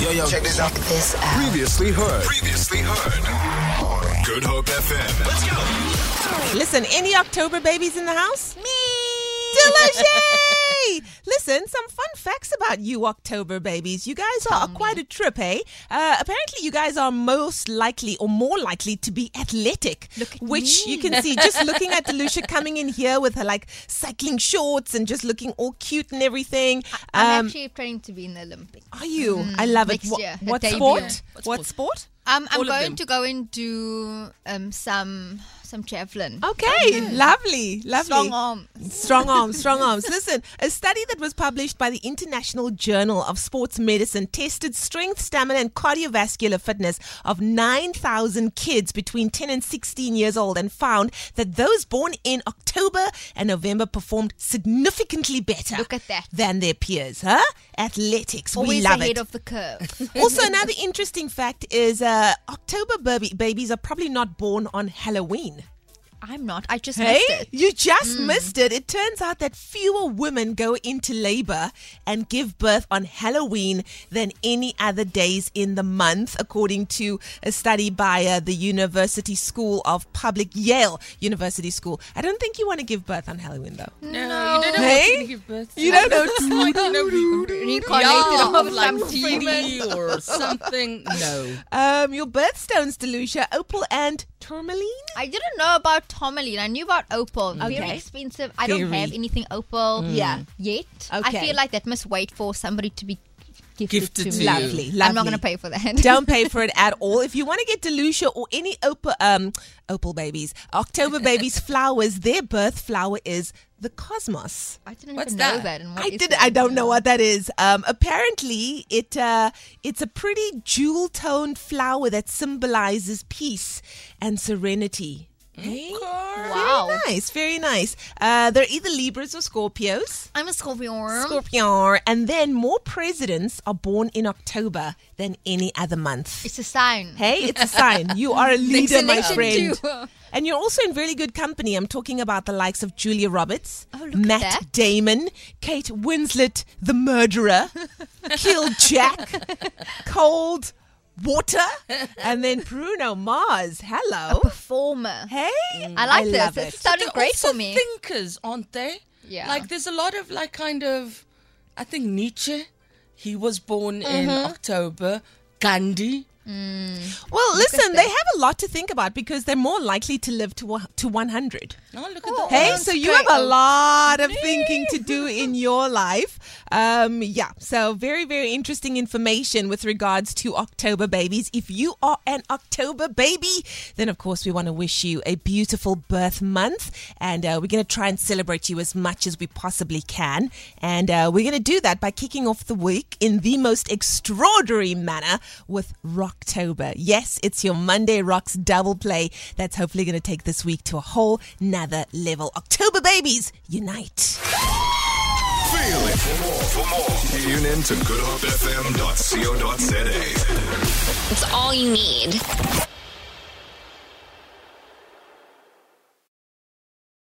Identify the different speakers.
Speaker 1: Yo, yo.
Speaker 2: Check this out.
Speaker 3: This out.
Speaker 1: Previously heard. Previously heard. Good Hope FM. Let's go.
Speaker 4: Listen, any October babies in the house?
Speaker 5: Me.
Speaker 4: Diligee! Listen, some fun facts about you October babies. You guys are quite a trip, hey? Uh, apparently, you guys are most likely or more likely to be athletic,
Speaker 5: Look at
Speaker 4: which
Speaker 5: me.
Speaker 4: you can see just looking at Delucia coming in here with her like cycling shorts and just looking all cute and everything.
Speaker 5: I'm
Speaker 4: Um,
Speaker 5: actually planning to be in the Olympics.
Speaker 4: are you? I love it.
Speaker 5: next
Speaker 4: What,
Speaker 5: year, her
Speaker 4: what
Speaker 5: debut.
Speaker 4: sport?
Speaker 6: What
Speaker 4: What sport?
Speaker 5: Um,
Speaker 6: All
Speaker 5: I'm
Speaker 6: of
Speaker 5: going
Speaker 6: them.
Speaker 5: to go and do um, some some javelin.
Speaker 4: Oh, Okay, lovely, lovely.
Speaker 5: Strong arm.
Speaker 4: Strong arms, strong arms. Listen, a study that was published by the International Journal of Sports Medicine tested strength, stamina, and cardiovascular fitness of 9,000 kids between 10 and 16 years old and found that those born in October and November performed significantly better
Speaker 5: Look at that.
Speaker 4: than their peers. Huh? Athletics, we
Speaker 5: Always
Speaker 4: love
Speaker 5: ahead
Speaker 4: it.
Speaker 5: of the curve.
Speaker 4: also, another interesting fact is uh, October baby- babies are probably not born on Halloween.
Speaker 5: I'm not. I just
Speaker 4: Hey, Hmm.
Speaker 5: missed it.
Speaker 4: you just missed it. It turns out that fewer women go into labor and give birth on Halloween than any other days in the month, according to a study by uh, the University School of Public Yale University School. I don't think you want to give birth on Halloween, though.
Speaker 6: No, you don't know
Speaker 4: Hey?
Speaker 6: what's gonna give birth to.
Speaker 4: You don't know.
Speaker 6: Like, you know, re-
Speaker 5: Reincarnated
Speaker 6: yeah,
Speaker 5: off of
Speaker 6: like
Speaker 5: some
Speaker 6: TV or something. No.
Speaker 4: um, your birthstones, Delucia, opal and tourmaline.
Speaker 5: I didn't know about tourmaline. I knew about opal.
Speaker 4: Okay.
Speaker 5: Very expensive. I don't
Speaker 4: Very.
Speaker 5: have anything opal
Speaker 4: Yeah.
Speaker 5: yet.
Speaker 4: Okay.
Speaker 5: I feel like that must wait for somebody to be gifted,
Speaker 6: Gifted
Speaker 5: to
Speaker 6: to
Speaker 5: me.
Speaker 6: you.
Speaker 4: Lovely, lovely.
Speaker 5: I'm not going to pay for that.
Speaker 4: Don't pay for it at all. If you want to get Delucia or any opal, um, opal babies, October babies flowers, their birth flower is the cosmos.
Speaker 5: I didn't
Speaker 6: What's
Speaker 5: even know
Speaker 6: that?
Speaker 5: that. And what
Speaker 4: I
Speaker 5: is
Speaker 4: did.
Speaker 5: that?
Speaker 4: I don't
Speaker 5: Yeah.
Speaker 4: know what that is. Um, apparently, it uh, it's a pretty jewel toned flower that symbolizes peace and serenity. Hey?
Speaker 5: Wow.
Speaker 4: Very nice. Very nice. Uh, they're either Libras or Scorpios.
Speaker 5: I'm a Scorpio.
Speaker 4: Scorpion, and then more presidents are born in October than any other month.
Speaker 5: It's a sign.
Speaker 4: Hey, it's a sign. You are a leader, my
Speaker 5: election
Speaker 4: friend.
Speaker 5: too.
Speaker 4: And you're also in really good company. I'm talking about the likes of Julia Roberts,
Speaker 5: Oh, look at
Speaker 4: Matt
Speaker 5: that.
Speaker 4: Damon, Kate Winslet, the murderer, Kill Jack, Cold Water, and then Bruno Mars. Hello.
Speaker 5: Performer.
Speaker 4: Hey,
Speaker 5: I like this.
Speaker 4: love
Speaker 5: It's
Speaker 4: it.
Speaker 5: sounded great
Speaker 6: also
Speaker 5: for me.
Speaker 6: thinkers, aren't they?
Speaker 5: Yeah.
Speaker 6: Like there's a lot of like kind of, I think Nietzsche, he was born in October. Gandhi.
Speaker 4: Well, listen, they have a lot to think about because they're more likely to live to wa- to 100.
Speaker 6: Oh, look at that.
Speaker 4: Hey,
Speaker 5: Sounds
Speaker 4: so you
Speaker 5: great.
Speaker 4: have a lot of thinking to do in your life. Um, yeah, so very, very interesting information with regards to October babies. If you are an October baby, then of course we want to wish you a beautiful birth month and uh, we're going to try and celebrate you as much as we possibly can. And uh, we're going to do that by kicking off the week in the most extraordinary manner with Rocktober. Yes, it's your Monday Rocks double play that's hopefully going to take this week to a whole nother level. October babies, unite.
Speaker 1: Feel it. For more, for more, tune in to goodhopefm.co.za.
Speaker 7: It's all you need.